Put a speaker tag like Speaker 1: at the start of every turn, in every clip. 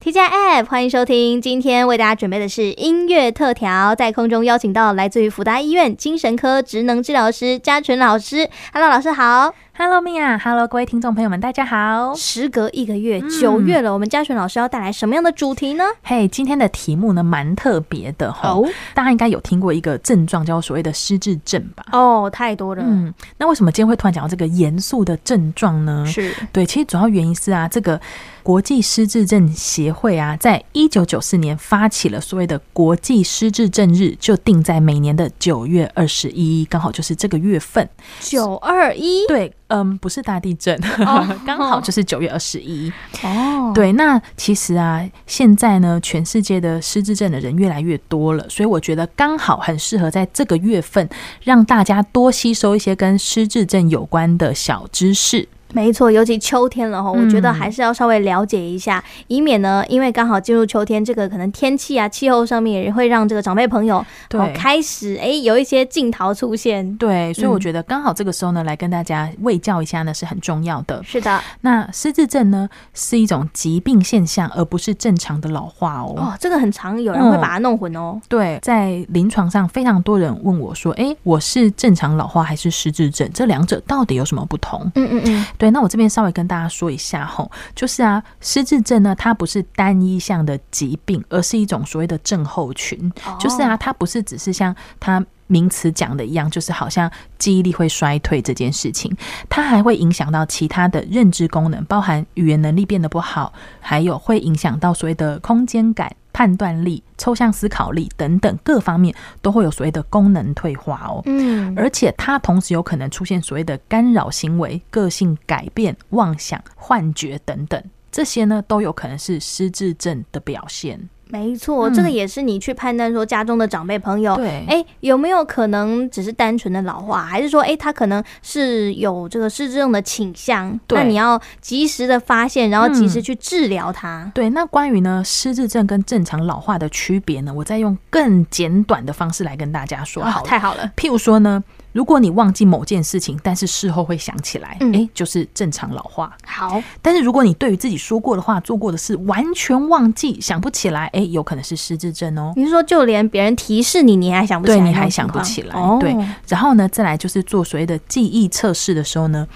Speaker 1: T 加 App，欢迎收听。今天为大家准备的是音乐特调，在空中邀请到来自于福大医院精神科职能治疗师嘉纯老师。Hello，老师好。
Speaker 2: Hello Mia，Hello 各位听众朋友们，大家好。
Speaker 1: 时隔一个月，九、月了，我们嘉纯老师要带来什么样的主题呢？
Speaker 2: 嘿、今天的题目呢蛮特别的哈，大家应该有听过一个症状叫所谓的失智症吧？
Speaker 1: 哦，太多了，
Speaker 2: 嗯，那为什么今天会突然讲到这个严肃的症状呢？
Speaker 1: 是
Speaker 2: 对，其实主要原因是啊，这个国际失智症协会啊，在一九九四年发起了所谓的国际失智症日，就定在每年的九月二十一，刚好就是这个月份。
Speaker 1: 九二一
Speaker 2: 对，嗯，不是大地震，
Speaker 1: 哦
Speaker 2: 刚好就是九月二十一。
Speaker 1: 哦，
Speaker 2: 对，那其实啊，现在呢，全世界的失智症的人越来越多了，所以我觉得刚好很适合在这个月份，让大家多吸收一些跟失智症有关的小知识。
Speaker 1: 没错，尤其秋天了哈，我
Speaker 2: 嗯
Speaker 1: 觉得还是要稍微了解一下，以免呢，因为刚好进入秋天，这个可能天气啊、气候上面也会让这个长辈朋友
Speaker 2: 对
Speaker 1: 哦开始哎、有一些镜头出现。
Speaker 2: 对，所以我
Speaker 1: 嗯
Speaker 2: 觉得刚好这个时候呢，来跟大家卫教一下呢是很重要的。
Speaker 1: 是的，
Speaker 2: 那失智症呢是一种疾病现象，而不是正常的老化哦。
Speaker 1: 哦，这个很常有
Speaker 2: 嗯
Speaker 1: 人会把它弄混哦。
Speaker 2: 对，在临床上非常多人问我说：“诶，我是正常老化还是失智症？这两者到底有什么不同？”
Speaker 1: 嗯嗯嗯，
Speaker 2: 对，那我这边稍微跟大家说一下吼，就是啊，失智症呢，它不是单一项的疾病，而是一种所谓的症候群，
Speaker 1: 哦
Speaker 2: 就是啊，，它不是只是像它名词讲的一样，就是好像记忆力会衰退这件事情，它还会影响到其他的认知功能，包含语言能力变得不好，还有会影响到所谓的空间感。判断力、抽象思考力等等各方面都会有所谓的功能退化哦。
Speaker 1: 嗯，
Speaker 2: 而且它同时有可能出现所谓的干扰行为、个性改变、妄想、幻觉等等，这些呢都有可能是失智症的表现。
Speaker 1: 没错，
Speaker 2: 嗯
Speaker 1: 这个也是你去判断说家中的长辈朋友。
Speaker 2: 对
Speaker 1: 哎，有没有可能只是单纯的老化，还是说，哎，他可能是有这个失智症的倾向？
Speaker 2: 对
Speaker 1: 那你要及时的发现，然后及时
Speaker 2: 嗯
Speaker 1: 去治疗它。
Speaker 2: 对，那关于呢失智症跟正常老化的区别呢，我再用更简短的方式来跟大家说
Speaker 1: 哇，
Speaker 2: 好了。
Speaker 1: 啊太好了，
Speaker 2: 譬如说呢，如果你忘记某件事情，但是事后会想起来，哎、
Speaker 1: 嗯
Speaker 2: 就是正常老化。
Speaker 1: 好，
Speaker 2: 但是如果你对于自己说过的话、做过的事完全忘记、想不起来，哎、有可能是失智症哦。
Speaker 1: 你是说就连别人提示你，你还想不起来
Speaker 2: 对
Speaker 1: 那种
Speaker 2: 你
Speaker 1: 情况？
Speaker 2: 还想不起来
Speaker 1: 哦、
Speaker 2: 对然后呢，再来就是做所谓的记忆测试的时候呢，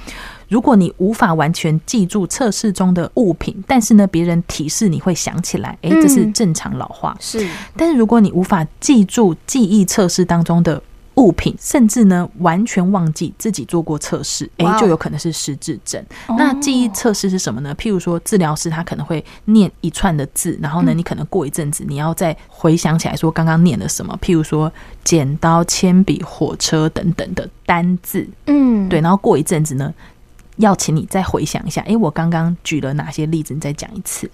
Speaker 2: 如果你无法完全记住测试中的物品，但是呢，别人提示你会想起来，诶，
Speaker 1: 嗯
Speaker 2: 这是正常老化。
Speaker 1: 是
Speaker 2: 但是如果你无法记住记忆测试当中的物品，甚至呢完全忘记自己做过测试，诶
Speaker 1: 哇，哦
Speaker 2: 就有可能是失智症。那记忆
Speaker 1: 哦
Speaker 2: 测试是什么呢？譬如说，治疗师他可能会念一串的字，然后呢，
Speaker 1: 嗯
Speaker 2: 你可能过一阵子，你要再回想起来说刚刚念了什么。譬如说，剪刀、铅笔、火车等等的单字，
Speaker 1: 嗯，
Speaker 2: 对，然后过一阵子呢，要请你再回想一下，诶，我刚刚举了哪些例子？你再讲一次。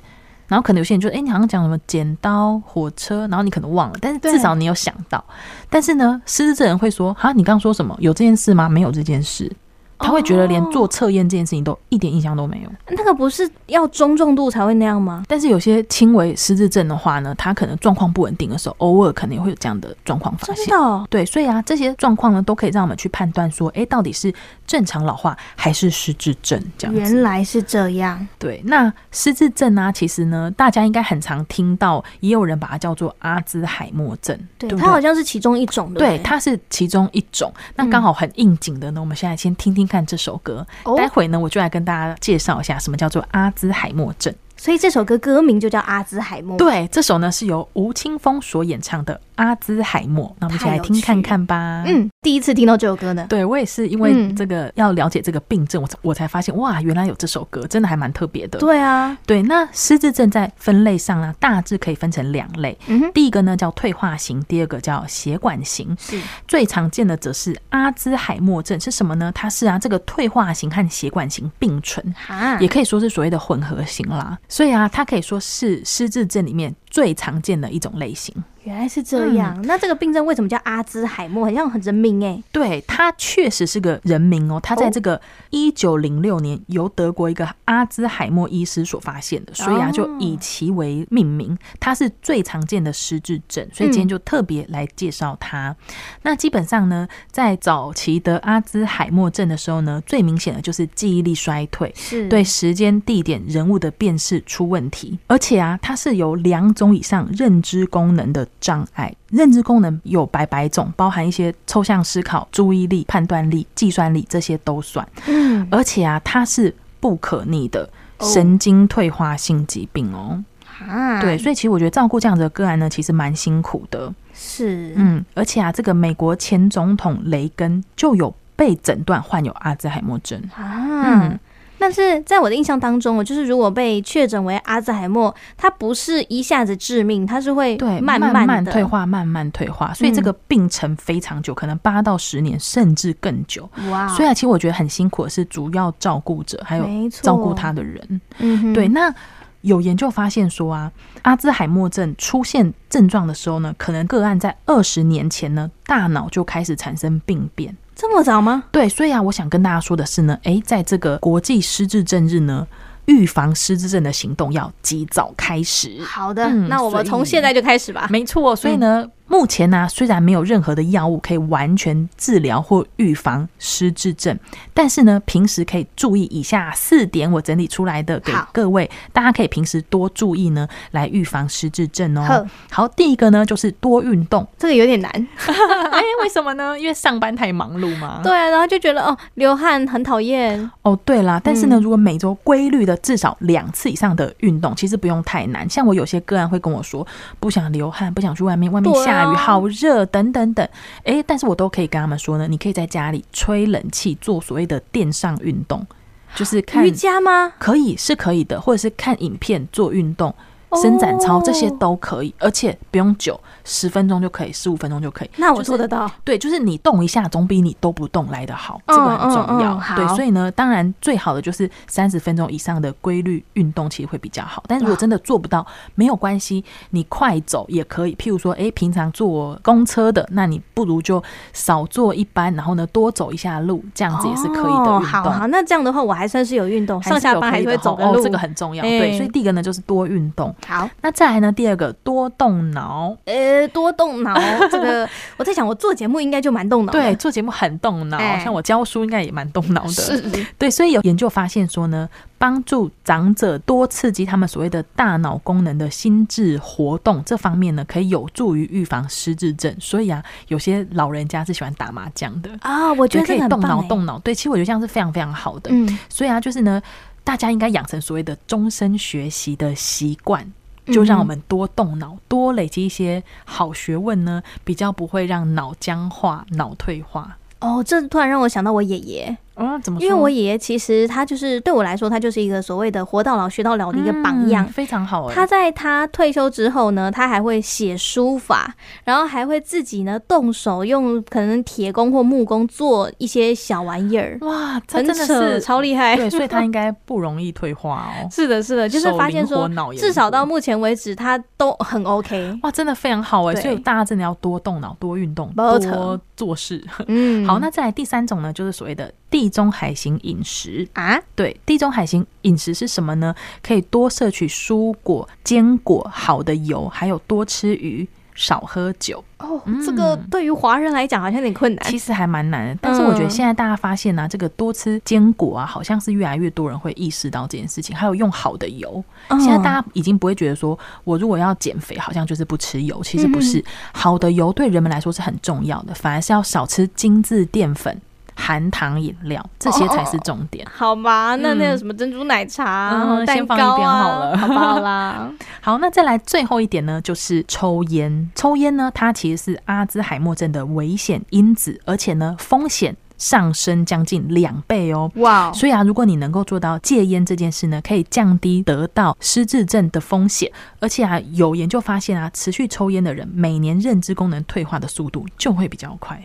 Speaker 2: 然后可能有些人就，诶，你好像讲什么剪刀、火车，然后你可能忘了，但是
Speaker 1: 对
Speaker 2: 至少你有想到。但是呢，失智症人会说，哈，你刚刚说什么？有这件事吗？没有这件事。他会觉得连做测验这件事情都一点印象都没有。
Speaker 1: 那个不是要中重度才会那样吗？
Speaker 2: 但是有些轻微失智症的话呢，他可能状况不稳定的时候，偶尔可能也会有这样的状况发
Speaker 1: 真
Speaker 2: 现
Speaker 1: 的。哦
Speaker 2: 对，所以啊，这些状况呢，都可以让我们去判断说，诶，到底是正常老化还是失智症这样子。
Speaker 1: 原来是这样，
Speaker 2: 对，那失智症啊，其实呢，大家应该很常听到，也有人把它叫做阿兹海默症，
Speaker 1: 对，
Speaker 2: 不
Speaker 1: 它好
Speaker 2: 对？
Speaker 1: 像是其中一种，对不
Speaker 2: 对，
Speaker 1: 对，
Speaker 2: 它是其中一种。那刚好很应景的呢，我们现在先听听看这首歌。
Speaker 1: 嗯哦
Speaker 2: 待会呢，我就来跟大家介绍一下什么叫做阿兹海默症。
Speaker 1: 所以这首歌歌名就叫《阿兹海默》。，
Speaker 2: 对，这首呢是由吴青峰所演唱的《阿兹海默》，那我们一起
Speaker 1: 太
Speaker 2: 来
Speaker 1: 有
Speaker 2: 听看
Speaker 1: 趣
Speaker 2: 看吧。，
Speaker 1: 嗯，第一次听到这首歌呢。
Speaker 2: 对我也是因为这个要了解这个病症，我才我才发现哇，原来有这首歌，真的还蛮特别的。
Speaker 1: 对啊，
Speaker 2: 对，那失智症在分类上呢，大致可以分成两类。
Speaker 1: 嗯哼，
Speaker 2: 第一个呢叫退化型，第二个叫血管型。
Speaker 1: 是
Speaker 2: 最常见的则是阿兹海默症是什么呢？它是啊这个退化型和血管型并存，
Speaker 1: 哈，
Speaker 2: 也可以说是所谓的混合型啦。所以啊，它可以说是失智症里面最常见的一种类型。
Speaker 1: 原来是这样。那这个病症为什么叫阿兹海默？很像很人名哎、
Speaker 2: 对，他确实是个人名哦，他在这个一九零六年由德国一个阿兹海默医师所发现的，所以啊
Speaker 1: 哦
Speaker 2: 就以其为命名。它是最常见的失智症，所以今天就特别来介绍它。那基本上呢，在早期的阿兹海默症的时候呢，最明显的就是记忆力衰退。
Speaker 1: 是
Speaker 2: 对时间、地点、人物的辨识出问题，而且啊，它是有两种以上认知功能的障碍。认知功能有百百种，包含一些抽象思考、注意力、判断力、计算力，这些都算。
Speaker 1: 嗯，
Speaker 2: 而且啊，它是不可逆的
Speaker 1: 哦
Speaker 2: 神经退化性疾病哦。
Speaker 1: 啊，
Speaker 2: 对，，所以其实我觉得照顾这样子的个案呢，其实蛮辛苦的。
Speaker 1: 是，
Speaker 2: 嗯，而且啊，这个美国前总统雷根就有被诊断患有阿兹海默症。
Speaker 1: 啊。
Speaker 2: 嗯
Speaker 1: 但是在我的印象当中，我就是如果被确诊为阿兹海默，它不是一下子致命，它是会
Speaker 2: 对，
Speaker 1: 慢
Speaker 2: 慢
Speaker 1: 慢的
Speaker 2: 退。化，慢慢退化，所以
Speaker 1: 嗯
Speaker 2: 这个病程非常久，可能八到十年，甚至更久。
Speaker 1: 哇，
Speaker 2: 所以啊，其实我觉得很辛苦的是主要照顾者，还有
Speaker 1: 没错，
Speaker 2: 照顾他，的人。
Speaker 1: 嗯哼，
Speaker 2: 对，那有研究发现说啊，阿兹海默症出现症状的时候呢，可能个案在二十年前呢，大脑就开始产生病变。
Speaker 1: 这么早吗？
Speaker 2: 对，所以啊，我想跟大家说的是呢，诶，在这个国际失智症日呢，预防失智症的行动要及早开始。
Speaker 1: 好的，
Speaker 2: 嗯
Speaker 1: 那我们
Speaker 2: 所以
Speaker 1: 从现在就开始吧。
Speaker 2: 没错，所以呢，
Speaker 1: 嗯
Speaker 2: 目前呢、虽然没有任何的药物可以完全治疗或预防失智症，但是呢，平时可以注意以下四点，我整理出来的给
Speaker 1: 好
Speaker 2: 各位，大家可以平时多注意呢，来预防失智症
Speaker 1: 好
Speaker 2: 哦。好，第一个呢就是多运动，
Speaker 1: 这个有点难，
Speaker 2: 哎，为什么呢？因为上班太忙碌嘛。
Speaker 1: 对啊，然后就觉得哦，流汗很讨厌，
Speaker 2: 哦，对啦，但是呢，
Speaker 1: 嗯
Speaker 2: 如果每周规律的至少两次以上的运动，其实不用太难。像我有些个案会跟我说，不想流汗，不想去外面，外面
Speaker 1: 对啊
Speaker 2: 下雨，好热，等等等。诶，但是我都可以跟他们说呢，你可以在家里吹冷气，做所谓的电上运动，就是看
Speaker 1: 瑜伽吗？
Speaker 2: 可以是可以的，或者是看影片做运动。伸展操
Speaker 1: 哦
Speaker 2: 这些都可以，而且不用久，十分钟就可以，十五分钟就可以。
Speaker 1: 那
Speaker 2: 就
Speaker 1: 我
Speaker 2: 是
Speaker 1: 做得到。
Speaker 2: 对，就是你动一下总比你都不动来的好，这个很重要。
Speaker 1: 嗯嗯嗯
Speaker 2: 对
Speaker 1: 好，
Speaker 2: 所以呢，当然最好的就是三十分钟以上的规律运动，其实会比较好。但如果真的做不到，没有关系，你快走也可以。譬如说，诶，平常坐公车的，那你不如就少坐一班，然后呢多走一下路，这样子也是可以的运动。
Speaker 1: 哦、好好，那这样的话我还算是有运动，上下班还
Speaker 2: 还
Speaker 1: 是
Speaker 2: 是
Speaker 1: 会
Speaker 2: 有可以的
Speaker 1: 走个
Speaker 2: 哦
Speaker 1: 路。
Speaker 2: 哦，这个很重要。
Speaker 1: 哎
Speaker 2: 对，所以第一个呢就是多运动。
Speaker 1: 好，
Speaker 2: 那再来呢，第二个多动脑。
Speaker 1: 呃，多动 脑，这个我在想，我做节目应该就蛮动脑
Speaker 2: 对，
Speaker 1: 的。
Speaker 2: 做节目很动脑，
Speaker 1: 哎
Speaker 2: 像我教书应该也蛮动脑的。
Speaker 1: 是
Speaker 2: 对，所以有研究发现说呢，帮助长者多刺激他们所谓的大脑功能的心智活动这方面呢，可以有助于预防失智症。所以啊，有些老人家是喜欢打麻将的，
Speaker 1: 啊，我
Speaker 2: 我
Speaker 1: 觉得
Speaker 2: 可
Speaker 1: 这
Speaker 2: 以
Speaker 1: 个很
Speaker 2: 动
Speaker 1: 棒
Speaker 2: 脑
Speaker 1: 哎，
Speaker 2: 动脑。对，其实我觉得这样是非常非常好的。
Speaker 1: 嗯，
Speaker 2: 所以啊，就是呢，大家应该养成所谓的终身学习的习惯。
Speaker 1: 嗯
Speaker 2: 就让我们多动脑，多累积一些好学问呢，比较不会让脑僵化、脑退化。
Speaker 1: 哦，这突然让我想到我爷爷，
Speaker 2: 嗯，怎么说？
Speaker 1: 因为我爷爷其实他就是对我来说，他就是一个所谓的活到老学到老的一个榜样
Speaker 2: 嗯。非常好、欸。
Speaker 1: 他在他退休之后呢，他还会写书法，然后还会自己呢动手用可能铁工或木工做一些小玩意儿，
Speaker 2: 哇，这
Speaker 1: 很
Speaker 2: 哦真的
Speaker 1: 扯，
Speaker 2: 是
Speaker 1: 超厉害。。
Speaker 2: 对，所以他应该不容易退化 哦
Speaker 1: 是的，是的， 就是
Speaker 2: 手
Speaker 1: 发现
Speaker 2: 灵活
Speaker 1: 说，
Speaker 2: 脑也
Speaker 1: 至少到
Speaker 2: 灵活
Speaker 1: 目前为止，他都很 OK。
Speaker 2: 哇，真的非常好哎，
Speaker 1: 对
Speaker 2: 所以大家真的要多动脑、多运动、
Speaker 1: 没错
Speaker 2: 多做事。
Speaker 1: 嗯，
Speaker 2: 好，那再来第三种呢，就是所谓的地中海型饮食。
Speaker 1: 啊，
Speaker 2: 对，地中海型饮食是什么呢？可以多摄取蔬果、坚果、好的油，还有多吃鱼。少喝酒，
Speaker 1: 哦，这个对于华人来讲好像有点困难。
Speaker 2: 嗯其实还蛮难的。但是我觉
Speaker 1: 嗯
Speaker 2: 得现在大家发现呢、啊这个多吃坚果啊，好像是越来越多人会意识到这件事情。还有用好的油，现在大
Speaker 1: 家
Speaker 2: 家已经不会觉得说，我如果要减肥，好像就是不吃油，其实
Speaker 1: 嗯哼
Speaker 2: 不是。好的油对人们来说是很重要的，反而是要少吃精致淀粉、含糖饮料，这些才是重点。
Speaker 1: 好吧，那
Speaker 2: 嗯
Speaker 1: 那个什么珍珠奶茶啊、
Speaker 2: 嗯
Speaker 1: 蛋
Speaker 2: 先放
Speaker 1: 糕
Speaker 2: 一边
Speaker 1: 啊
Speaker 2: 好了
Speaker 1: 好不好啦？
Speaker 2: 好，那再来最后一点呢，就是抽烟。抽烟呢，它其实是阿兹海默症的危险因子，而且呢，风险上升将近两倍哦。
Speaker 1: 哇
Speaker 2: 所以啊，如果你能够做到戒烟这件事呢，可以降低得到失智症的风险。而且啊，有研究发现啊，持续抽烟的人，每年认知功能退化的速度就会比较快。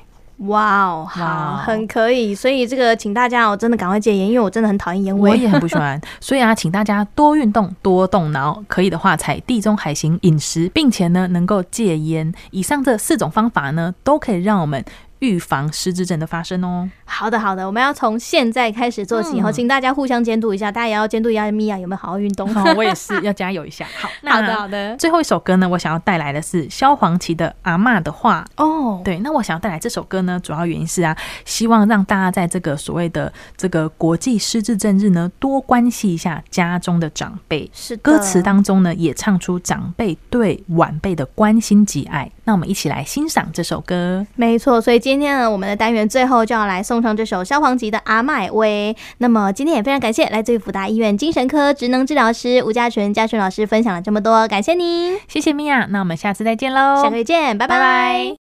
Speaker 1: 哇哦，好，
Speaker 2: 哇哦
Speaker 1: 很可以。所以这个，请大家哦，真的赶快戒烟，因为我真的很讨厌烟
Speaker 2: 我
Speaker 1: 味。
Speaker 2: 也很不喜欢，所以啊，请大家多运动、多动脑，可以的话采地中海型饮食，并且呢能够戒烟。以上这四种方法呢，都可以让我们预防失智症的发生哦。
Speaker 1: 好的，好的，我们要从现在开始做起，然后、
Speaker 2: 嗯
Speaker 1: 请大家互相监督一下，大家也要监督一下米娅有没有好好运动。
Speaker 2: 好，我也是要加油一下。好，
Speaker 1: 好
Speaker 2: 那
Speaker 1: 的，好的。
Speaker 2: 最后一首歌呢，我想要带来的是萧煌奇的《阿嬷的话》。
Speaker 1: 哦，
Speaker 2: 对，那我想要带来这首歌呢，主要原因是啊，希望让大家在这个所谓的这个国际失智症日呢，多关心一下家中的长辈。
Speaker 1: 是的
Speaker 2: 歌词当中呢，也唱出长辈对晚辈的关心及爱。那我们一起来欣赏这首歌。
Speaker 1: 没错，所以今天呢，我们的单元最后就要来送上这首萧煌奇的《阿麦威》。那么今天也非常感谢来自于辅大医院精神科职能治疗师吴家纯、家纯老师分享了这么多，感谢您，
Speaker 2: 谢谢米娅，那我们下次再见喽，
Speaker 1: 下个月见，拜拜
Speaker 2: 拜拜